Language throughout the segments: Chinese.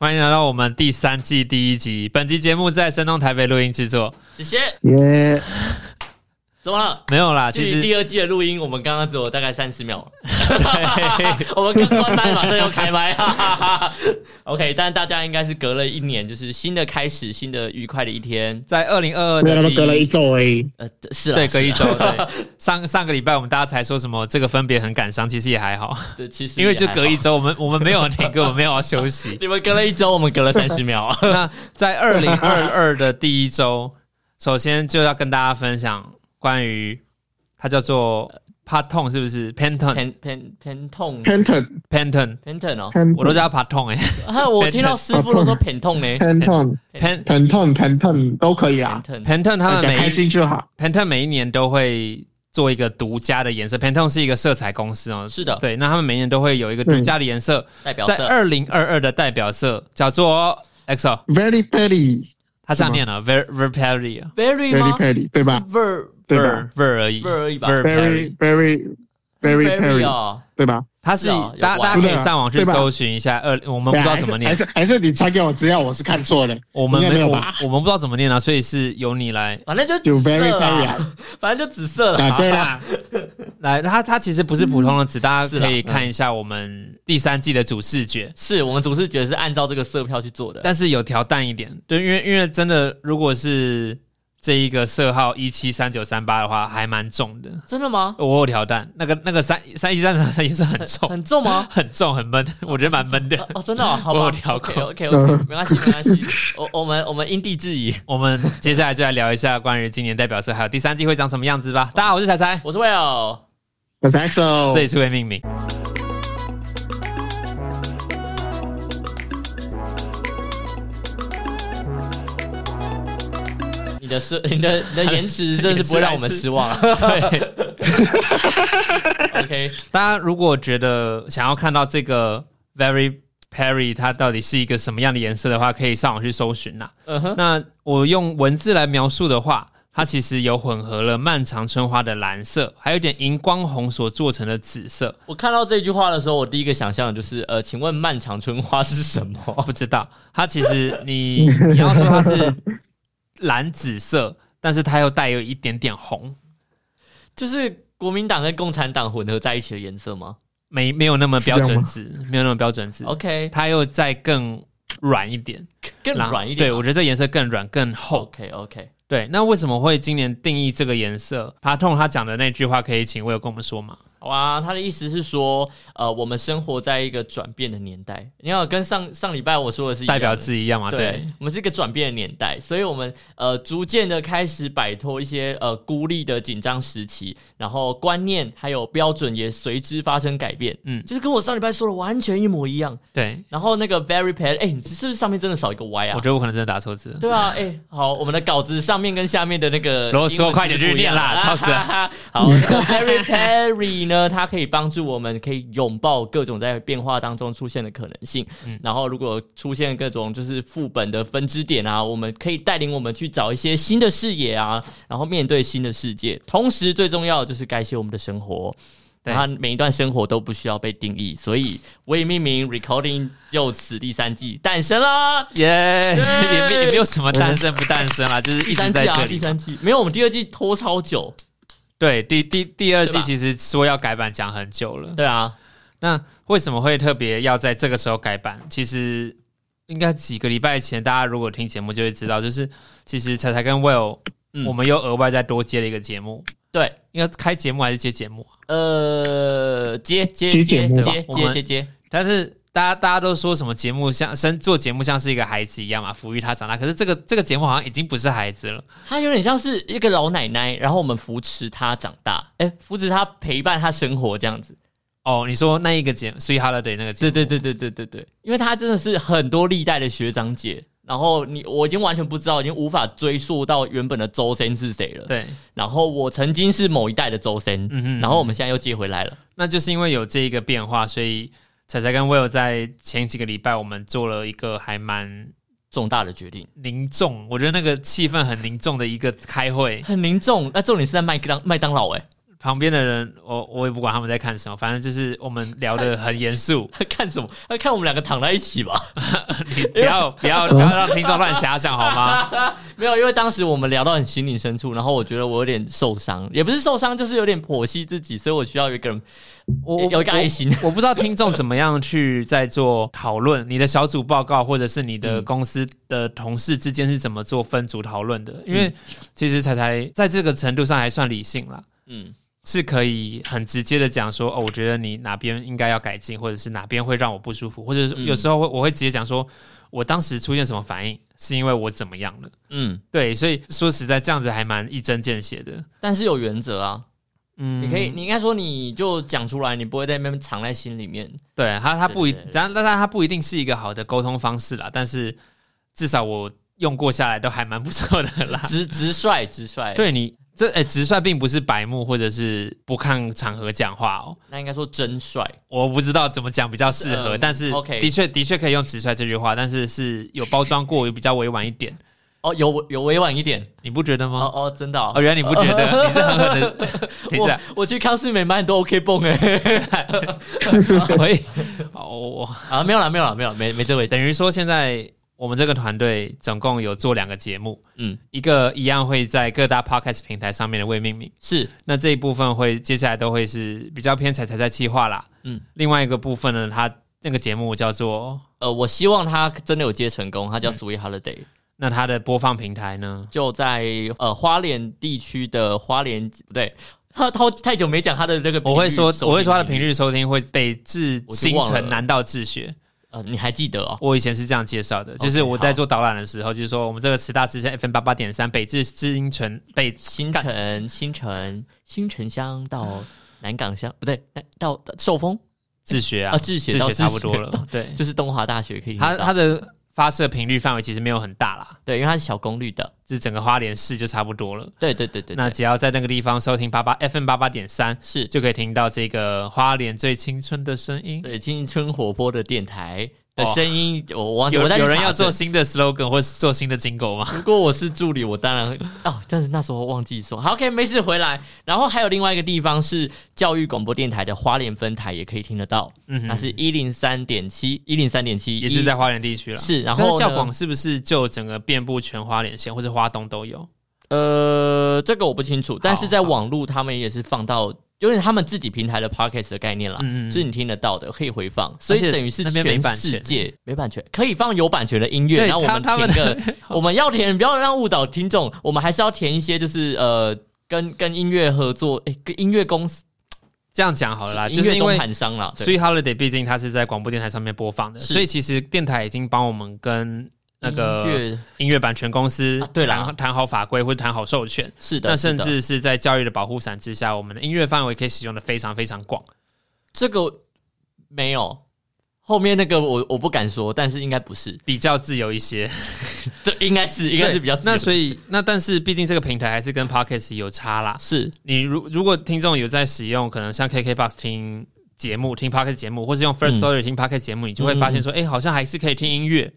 欢迎来到我们第三季第一集。本集节目在山东台北录音制作，谢谢。耶！怎么了？没有啦，距其离实第二季的录音，我们刚刚只有大概三十秒，对 我们刚关麦，马上又开麦，哈哈哈哈。OK，但大家应该是隔了一年，就是新的开始，新的愉快的一天。在二零二二没有，的都隔了第一周而已。呃，是啦对隔一，周是啦，对上上个礼拜我们大家才说什么这个分别很感伤，其实也还好，对，其实因为就也还好隔一。周，我们我们没有停歌，我们没有要休息。 你们隔了一周，我们隔了三十秒。那在二零二二的第一周，首先就要跟大家分享关于它叫做 Patton 是不是 Pantone pen pen pen 痛 p a n t o n Pantone？ pen 痛哦 p，a n t 我都叫它 Patton 哎、啊，我听到师傅都说 pen 痛呢 p。a n t o n p a n p a n t o n p a n t o n 都可以啊 pen，痛， Pantone 他大们家每开一心就好。 Pantone 每一年都会做一个独家的颜色，Pantone 是一个色彩公司哦，是的，对，那他们每年都会有一个独家的颜色，代表在色二零二二的代表色叫做 EXO， Very pretty，他这样念了 Ver Ver Perry 啊 very very 吗？ pretty，对是吧？ ver 对吧 Ver Ver 而已 ver 而已吧 Ver Perry， ？Very very very 啊 very pretty，哦，对吧？他是是哦有大玩大家可以上网去搜寻一下二，我们不知道怎么啊还念，是还是你传给我资料，我是 看错了，我们应没该没有有我吧我们不知道怎么念啊，所以是由你来反正就就紫 very 色啦，pretty 啊反正就紫色了。啊，对啦， 来，它它其实不是普通的纸，大家是啊可啦以看一下我们第三季的主视觉。是我们总是觉得是按照这个色票去做的。但是有调淡一点，对，因为因为真的，如果是这一个色号一七三九三八的话，还蛮重的。真的吗？我有调淡，那个那个三三一三九三也是很重，很重吗？很重很闷，我觉得蛮闷 的。哦，真的、哦，好吧我有调过 OK OK，, o k 没关系没关系，我我们我们因地制宜。我们接下来就来聊一下关于今年代表色还有第三季会长什么样子吧。大家好，我是彩彩，我是 Will，我是这 EXO，里是为命名。你的是你的你的延迟真是不会让我们失 望。对， OK，大家如果觉得想要看到这个 Very Perry 它到底是一个什么样的颜色的话，可以上网去搜寻啊呐、嗯哼，那我用文字来描述的话，它其实有混合了漫长春花的蓝色，还有一点荧光红所做成的紫色。我看到这句话的时候，我第一个想象的就是，呃，请问漫长春花是什么？不知道，它其实你 你要说它是蓝紫色，但是它又带有一点点红，就是国民党跟共产党混合在一起的颜色吗没没有那么标是这样准吗值，没有那么标准值。 ？OK，它又再更软一点，哦更然后软一点哦对，吗。我觉得这颜色更软更厚。 OK OK，对，那为什么会今年定义这个颜色？爬痛他讲的那句话，可以请我有跟我们说吗？好啊，他的意思是说，呃，我们生活在一个转变的年代。你要跟上上礼拜我说的是一样代的表字一样嘛？对对，，我们是一个转变的年代，所以我们呃逐渐的开始摆脱一些呃孤立的紧张时期，然后观念还有标准也随之发生改变。嗯嗯，就是跟我上礼拜说的完全一模一样。对，然后那个 very pad，哎、你是不是上面真的少一个 y 我啊？觉得我可能真的打错字了。对 啊，哎、好，我们的稿子上面跟下面的那个啰嗦英文字快点去念啦不一样啊吵死了哈哈哈好，那个 very Perry 呢，它可以帮助我们可以拥抱各种在变化当中出现的可能性。嗯然后，如果出现各种就是副本的分支点啊，我们可以带领我们去找一些新的视野啊，然后面对新的世界。同时，最重要的就是改写我们的生活。对然后每一段生活都不需要被定义，所以我也命名 Recording 就此第三季诞生啦。耶、也对没也没有什么诞生不诞生啦，就是第一直三季在这啊，里。第三季没有，我们第二季拖超久。对，第第第二季对吧其实说要改版讲很久了。对啊，那为什么会特别要在这个时候改版？其实应该几个礼拜前，大家如果听节目就会知道，就是其实彩彩跟 Will，、嗯我们又额外再多接了一个节目。对，应该开节目还是接节目啊？呃，接接接接接节目吧接我们接接接，但是大家大家都说什么节目像生做节目像是一个孩子一样嘛，抚育他长大。可是这个这个节目好像已经不是孩子了。她有点像是一个老奶奶，然后我们扶持她长大，哎，扶持她陪伴她生活这样子。哦，你说那一个节目《Sweet Holiday》那个节对目？对对对对对对，因为她真的是很多历代的学长姐。然后你我已经完全不知道，已经无法追溯到原本的周深是谁了。对，然后我曾经是某一代的周深，嗯哼然后我们现在又接回来了。那就是因为有这一个变化，所以彩彩跟 Will 在前几个礼拜我们做了一个还蛮重大的决定，凝重，我觉得那个气氛很凝重的一个开会。很凝重。那重点是在麦当麦当劳、哎，。旁边的人，我我也不管他们在看什么，反正就是我们聊得很严肃 他 看什么？他看我们两个躺在一起吧。哎你不要不要不要让听众乱遐想好 吗？没有，因为当时我们聊到很心灵深处，然后我觉得我有点受伤，也不是受伤，就是有点剖析自己，所以我需要有一个人我我有一个爱心。 我不知道听众怎么样去在做讨论，你的小组报告或者是你的嗯公司的同事之间是怎么做分组讨论的？嗯因为其实彩彩在这个程度上还算理性啦，嗯，是可以很直接的讲说，哦，我觉得你哪边应该要改进，或者是哪边会让我不舒服，或者是嗯有时候会我会直接讲说，我当时出现什么反应是因为我怎么样了。嗯，对，所以说实在这样子还蛮一针见血的。但是有原则啊，嗯你可以，你应该说你就讲出来，你不会在那边藏在心里面。对他，他不一对对，对但但但他不一定是一个好的沟通方式啦。但是至少我用过下来都还蛮不错的 啦。直直率，直率，， 对你这哎、直率并不是白目或者是不看场合讲话哦。那应该说真率。我不知道怎么讲比较适合，嗯但是 OK 的确的确可以用直率这句话，但是是有包装过，有比较委婉一点，哦，有有委婉一点。你不觉得哦吗？哦，真的、哦。哦，原来你不觉 得，你是狠狠的， 你是啊我我去康斯美买很多 OK 泵哎、 可以，哦，我我啊没有啦没有啦没有啦没没这回事等于说现在我们这个团队总共有做两个节目，嗯一个一样会在各大 podcast 平台上面的未命名，是那这一部分会接下来都会是比较偏彩彩在企划啦。嗯，另外一个部分呢，它那个节目叫做，呃我希望他真的有接成功，他叫 Sweet Holiday，、那它的播放平台呢？就在呃花莲地区的花莲不对，他他太久没讲他的那个频我率，会说，收我会说它的频频率，率收听会被至星我就忘辰了南道治学。呃你还记得哦？我以前是这样介绍的，就是 OK，我在做导览的时候，就是说我们这个慈大之声 FM 八八点三北至知音城北新城新城新城乡到南港乡不对，南到到寿丰治学啊啊，，治学治到学治差不多到了。对， 就是东华大学可以听它得到，它的发射频率范围其实没有很大啦，对，因为它是小功率的，就是整个花莲市就差不多了。对对对对那对只要在那个地方收听八八 FM 八八点三，是 就可以听到这个花莲最青春的声音。对，青春活泼的电台的声音，我忘记有我在哦有人要做，新的 slogan 或是做新的金狗吗？如果我是助理，我当然会哦，但是那时候忘记说，好，OK，没事，回来。然后还有另外一个地方是教育广播电台的花莲分台，也可以听得到，嗯那哼，是一零三点七，一零三点七，也是在花莲地区了。是，然但后是呢教广是不是就整个遍布全花莲县或者花东都有？呃，这个我不清楚，但是在好好网络他们也是放到。有点他们自己平台的 podcast 的概念啦，嗯嗯嗯是你听得到的，可以回放，所以而且等于是那边没全版世权界没版权，可以放有版权的音乐，对然后我他们他填们 个，我们要填，不要让误导听众，我们还是要填一些就是呃，跟跟音乐合作，诶，跟音乐公司、这样讲好了啊啦，就音是乐因中为盘商啦，所对，以 Holiday 毕竟它是在广播电台上面播放的，是所以其实电台已经帮我们跟那音个乐音乐版权公司啊对啦谈谈好法规或者谈好授权。是的，那是甚的至是在教育的保护伞之下，我们的音乐范围可以使用的非常非常广。这个没有。后面那个我我不敢说，但是应该不是，比较自由一些，这应该是应该是对比较自由那的所事以那但是毕竟这个平台还是跟 Podcast 有差啦。是你如如果听众有在使用，可能像 KKBox 听节目、听 Podcast 节目，或是用嗯 First Story 听 Podcast 节目，你就会发现说，哎、好像还是可以听音乐。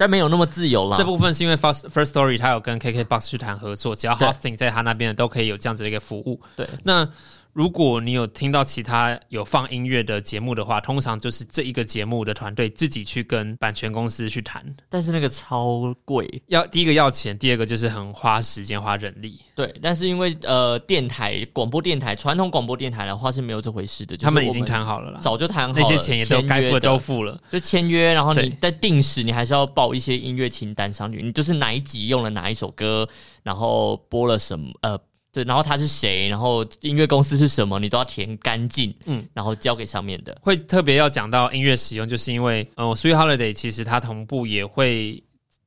但没有那么自由啦。这部分是因为 First First Story 它有跟 KKBox 去谈合作，只要对 Hosting 在它那边的都可以有这样子的一个服务。对，那如果你有听到其他有放音乐的节目的话，通常就是这一个节目的团队自己去跟版权公司去谈。但是那个超贵，要第一个要钱，第二个就是很花时间、花人力。对。但是因为呃，电台广播电台传统广播电台的话是没有这回事的，就是他们已我经谈好了啦，早就谈好了，那些钱也都签约该付的的都付了。就签约，然后你对在定时你还是要报一些音乐清单上去，你就是哪一集用了哪一首歌，然后播了什么呃。对，然后他是谁，然后音乐公司是什么，你都要填干净，嗯嗯，然后交给上面的。会特别要讲到音乐使用，就是因为呃，Sweet Holiday 其实它同步也会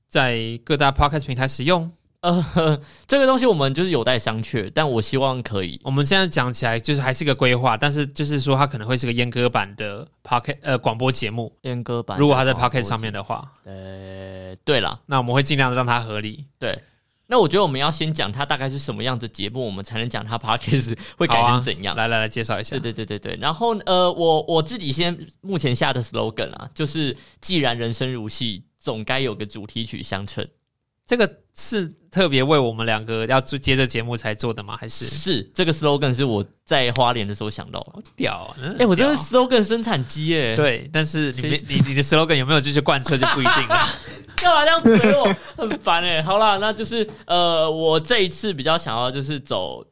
在各大 podcast 平台使用。呃，这个东西我们就是有待商榷，但我希望可以。我们现在讲起来就是还是个规划，但是就是说它可能会是个阉割版的 podcast 呃广播节目，阉割版，哦如果它在 podcast 上面，的话，呃，对啦，那我们会尽量让它合理。对，那我觉得我们要先讲它大概是什么样子的节目，我们才能讲它 podcast 会改好啊成怎样。来来来，介绍一下对。对对对对。然后呃，我我自己先目前下的 slogan 啊，就是既然人生如戏，总该有个主题曲相衬。这个是特别为我们两个要做接着节目才做的吗？还是是这个 slogan 是我在花莲的时候想到的。屌啊？哎哎、我真的是 slogan 生产机哎、，对，但是你谁没你你的 slogan 有没有继续贯彻就不一定了。 干嘛这样怼我？很烦哎、好啦，那就是呃，我这一次比较想要就是走。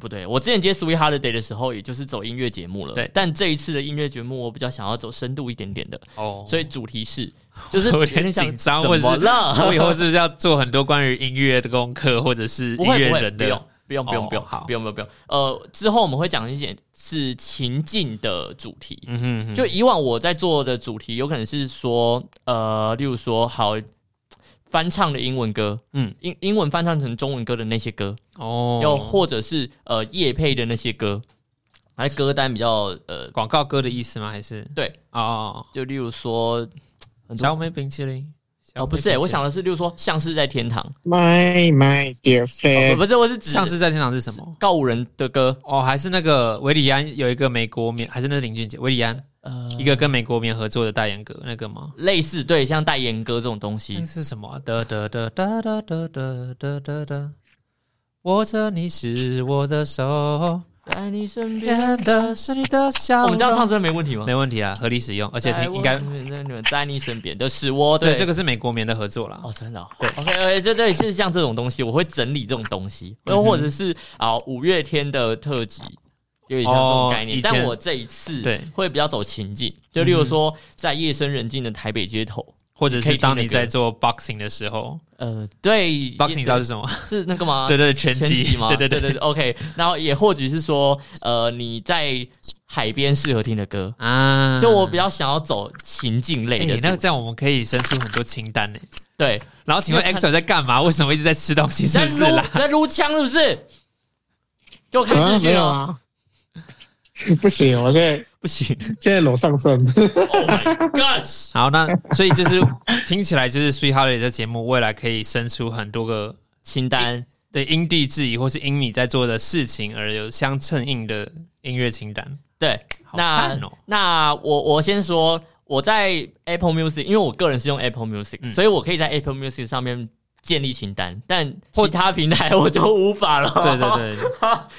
不对，我之前接 Sweet Holiday 的时候，也就是走音乐节目了。对但这一次的音乐节目，我比较想要走深度一点点的，哦，所以主题是，就是我有有点像紧张，怎或者么是了？我以后是不是要做很多关于音乐的功课，或者是不音会乐不会人不的用？不用不用哦不用，好不用不用不用。呃，之后我们会讲一点是情境的主题，嗯哼嗯哼，就以往我在做的主题，有可能是说，呃，例如说，好翻唱的英文歌，嗯英英文翻唱成中文歌的那些歌，哦，又或者是呃夜配的那些歌，还歌单比较呃，广告歌的意思吗？还是对哦哦，就例如说，哦小美冰淇淋哦不是、欸，我想了，的是，例如说像是在天堂， My my dear 哦 friend，、不是，我是指像是在天堂是什么？告五人的歌，哦，还是那个维里安有一个美国棉，还是那是林俊杰？维里安呃，一个跟美国棉合作的代言歌，那个吗？类似对像代言歌这种东西那，是什么啊？哒哒哒哒哒哒哒哒哒哒，握着你是我的手，在你身边。哦变的是你的笑容。我们这样唱真的没问题吗？没问题啊，合理使用，而而且听应该在你身边的是我，对这个个是美国棉的合作啦。哦，真的哦对，OK，呃，这对是像这种东西，我会整理这种东西，又或嗯者是啊五月天的特辑，有点像这哦种概念以。前但我这一次对嗯会比较走情境，就例如说在夜深人静的台北街头，或者可是以听当的你歌在做 boxing 的时候呃，对，boxing 你知道是什么？是那个吗？对对，啊拳前击几吗？对对对对对 OK，然后也或许是说，呃，你在海边适合听的歌，啊！就我比较想要走情境类哎、的主题。那这样我们可以生出很多清单呢。对，然后请问 那看 EXO 在干嘛？为什么一直在吃东西？是在不是 撸啦？嗯在撸枪是不是？给我看啊视没讯有哦！啊， 不行，我现在不行现在楼上升， ，Oh my gosh！好，那所以就是听起来就是 Sweet Holiday 这节目未来可以生出很多个清单对因地制宜或是因你在做的事情而有相称应的音乐清单。对，好那赞哦！那我我先说，我在 Apple Music，因为我个人是用 Apple Music，、嗯所以我可以在 Apple Music 上面建立清单，但其他平台 我就无法了。对对 对，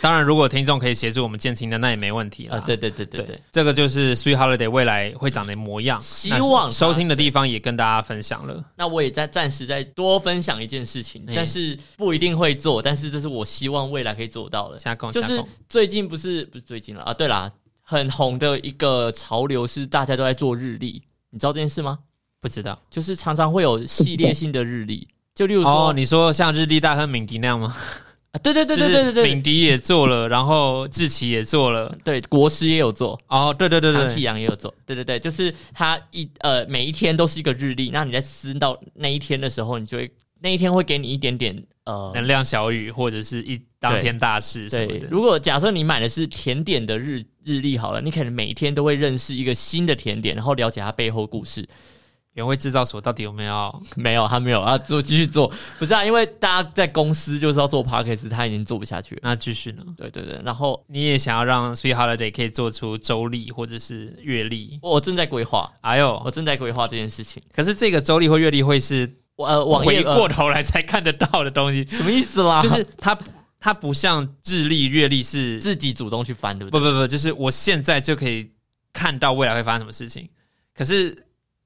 当然如果听众可以协助我们建清单，那也没问题啊、了。对对对对对，这个就是 Sweet Holiday 未来会长的模样，希那望收它听的地方也跟大家分享了。那我也在暂时再多分享一件事情，嗯但是不一定会做，但是这是我希望未来可以做到的。加工就加是工，最近不是不是最近了啊？对啦，很红的一个潮流是大家都在做日历，你知道这件事吗？不知道就是常常会有系列性的日历，就例如说，哦，你说像日历大亨敏迪那样吗？啊对对对对就是对对对 敏迪也做了，然后志奇也做了，对，国师也有做。哦，对对对唐启对，阳也有做，对对对，就是他一呃每一天都是一个日历，那你在撕到那一天的时候，你就会那一天会给你一点点呃能量小雨或者是一当天大事什么对，的，如果假设你买的是甜点的日日历好了，你可能每天都会认识一个新的甜点，然后了解它背后故事。 原味制造所到底有没有？没有，他没有啊，做继续做，不是啊，因为大家在公司就是要做 p a c k a g e 他已经做不下去了。那继续呢？对对对，然后你也想要让 Sweet Holiday 可以做出周历或者是月历？我正在规划，哎我呦，哦正在规划这件事情。可是这个周历或月历会是我呃，网回页、过呃、头来才看得到的东西，什么意思 啦？就是它它不像智力、阅历是自己主动去翻，对不不对？不不，就是我现在就可以看到未来会发生什么事情。可是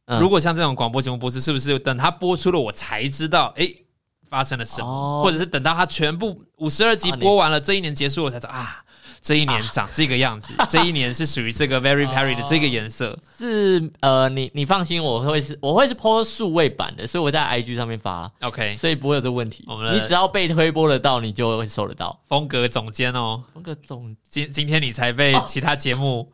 嗯如果像这种广播节目播出，是不是等它播出了我才知道诶发生了什么，哦或者是等到它全部五十二集啊你播完了，这一年结束我才知道啊。这一年长这个样 子，这一年是属于这个 very very 的这个颜色。是呃，你你放心，我会是我会是 po 数位版的，所以我在 IG 上面发， OK，所以不会有这个问题我。们你的只要被推播得到，你就会收得到。风格总监哦，那个总今今天你才被哦其他节 目，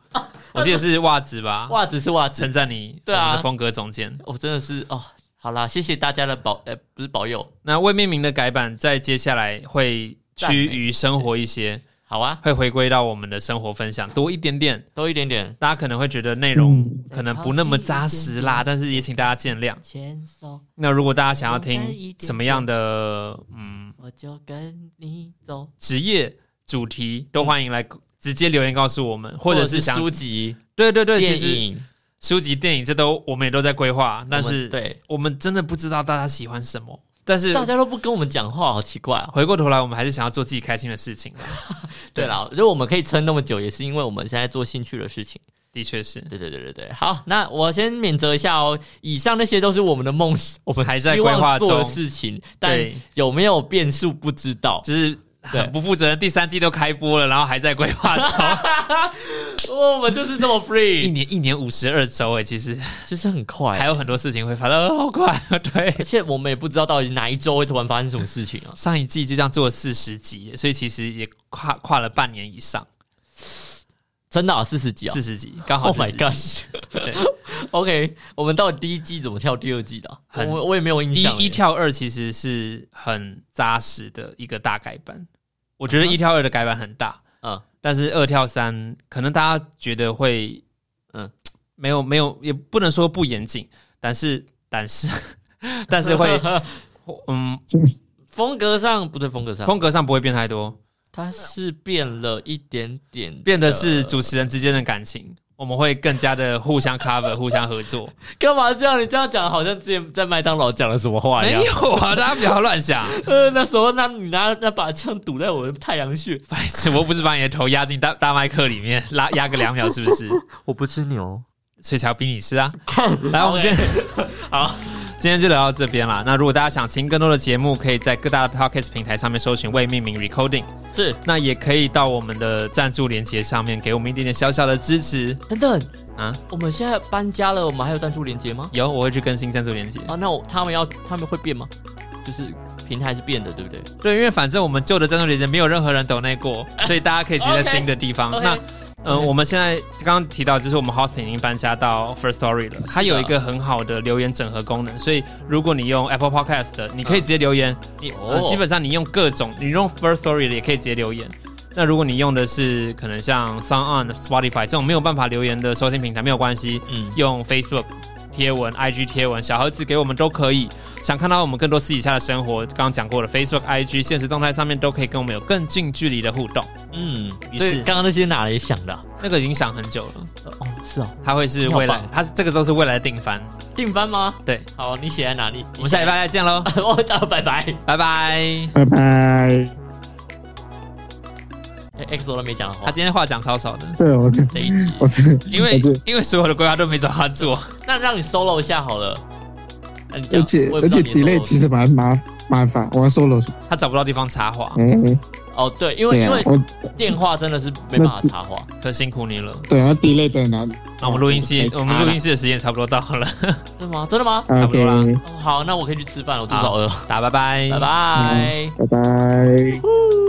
我记得是袜子吧，袜子是袜子，称赞你哦对啊我们的风格总监。我真的是哦，好啦，谢谢大家的保，呃，不是保佑，那未命名的改版在接下来会趋于生活一些，好啊，会回归到我们的生活分享多一点点。多一点点，大家可能会觉得内容嗯可能不那么扎实啦，但是也请大家见谅。牵手那如果大家想要听什么样的嗯我就跟你走，职业主题，都欢迎来直接留言告诉我们，或或者者是是想书籍、对对对，其电实影，书籍、电影这都我们也都在规划，但我们是对我们真的不知道大家喜欢什么，但是大家都不跟我们讲话，好奇怪哦。回过头来，我们还是想要做自己开心的事情啦。啊对啦，就我们可以撑那么久，也是因为我们现在做兴趣的事情。的确是，对对对对对，好，那我先免责一下哦。以上那些都是我们的梦想，我们还在希规划望做中的事情，但对有没有变数不知道。只是很不负责任。第三季都开播了，然后还在规划 中，我们就是这么一 free，年一年五十二周哎，其实 就是很快，啊还有很多事情会发生，哦好快啊！而对，且我们也不知道到底哪一周会突然发生什么事情啊。上一季就这样做了四十集，所以其实也跨跨了半年以上，真的啊，四十集啊四十集刚好 Oh 四 my 十集。对 gosh！OK，我们到底第一季怎么跳第二季的啊、很我我也没有印一象欸耶。一跳二其实是很扎实的一个大改版，我觉得一跳二的改版很大，嗯但是二跳三可能大家觉得会，嗯嗯，没有没有，也不能说不严谨，但是但是 但是 会，嗯， 风格上不对，风格上风格上不会变太多，它是变了一点点，变的是主持人之间的感情，我们会更加的互相 cover、互 相合作。干嘛这样？你这样讲好像之前在麦当劳讲了什么话一没样。有啊，大家不要乱想，呃， 那时候那你拿那把枪堵在我的太阳穴， 白痴，我不是把你的头压进大大麦克里面拉压个两秒，是不是？我不吃牛。所以才要逼你吃啊。来，我们今天 好，今天就聊到这边啦。那如果大家想听更多的节目，可以在各大的 podcast 平台上面搜寻“未命名 recording”，是那也可以到我们的赞助连接上面给我们一点点小小的支持等等，啊。我们现在搬家了，我们还有赞助连接吗？有，我会去更新赞助连接。啊，那我他们要他们会变吗？就是平台是变的，对不对？对，因为反正我们旧的赞助连接没有任何人抖内过， 所以大家可以直接在 OK，新的地方。 OK 那嗯，我们现在刚刚提到，就是我们 hosting 已经搬家到 First Story 了，它有一个很好的留言整合功能，所以如果你用 Apple Podcast 的，你可嗯以直接留言，你、呃哦基本上你用各种，你用 First Story 的也可以直接留言。那如果你用的是可能像 Sound On、Spotify 这种没有办法留言的收听平台，没有关系，嗯，用 Facebook 贴文、IG 贴文、小盒子给我们都可以。想看到我们更多私底下的生活，刚刚讲过了，Facebook、IG 现实动态上面都可以跟我们有更近距离的互动。嗯，于所是以刚刚那些哪里想的啊、那个已经想很久了，哦，是哦，它会是未来你好，棒它是这个都是未来的定番。定番吗？对，好，你写在哪里？我们下礼拜再见喽，拜， 我到哦拜拜。拜拜。 拜拜。哎 X 我都没讲他话，今天话讲超少的，对，我是这一集，我是因为我是因为所有的规划都没找他做，那让你 solo 一下好了。那你讲而且我也不知而道且你的 delay solo 其实蛮麻麻烦，我要 solo 什么？他找不到地方插话，哎、哦，对，因为对因啊为，我电话真的是没办法插话。可辛苦你了。对啊，delay 在哪里？那我们录音室，可以我们录音室的时间差不多到 了，真的吗？真的吗？差不多啦 OK，哦好，那我可以去吃饭了，我肚子好好饿。嗯大家拜拜，拜拜。拜拜。呼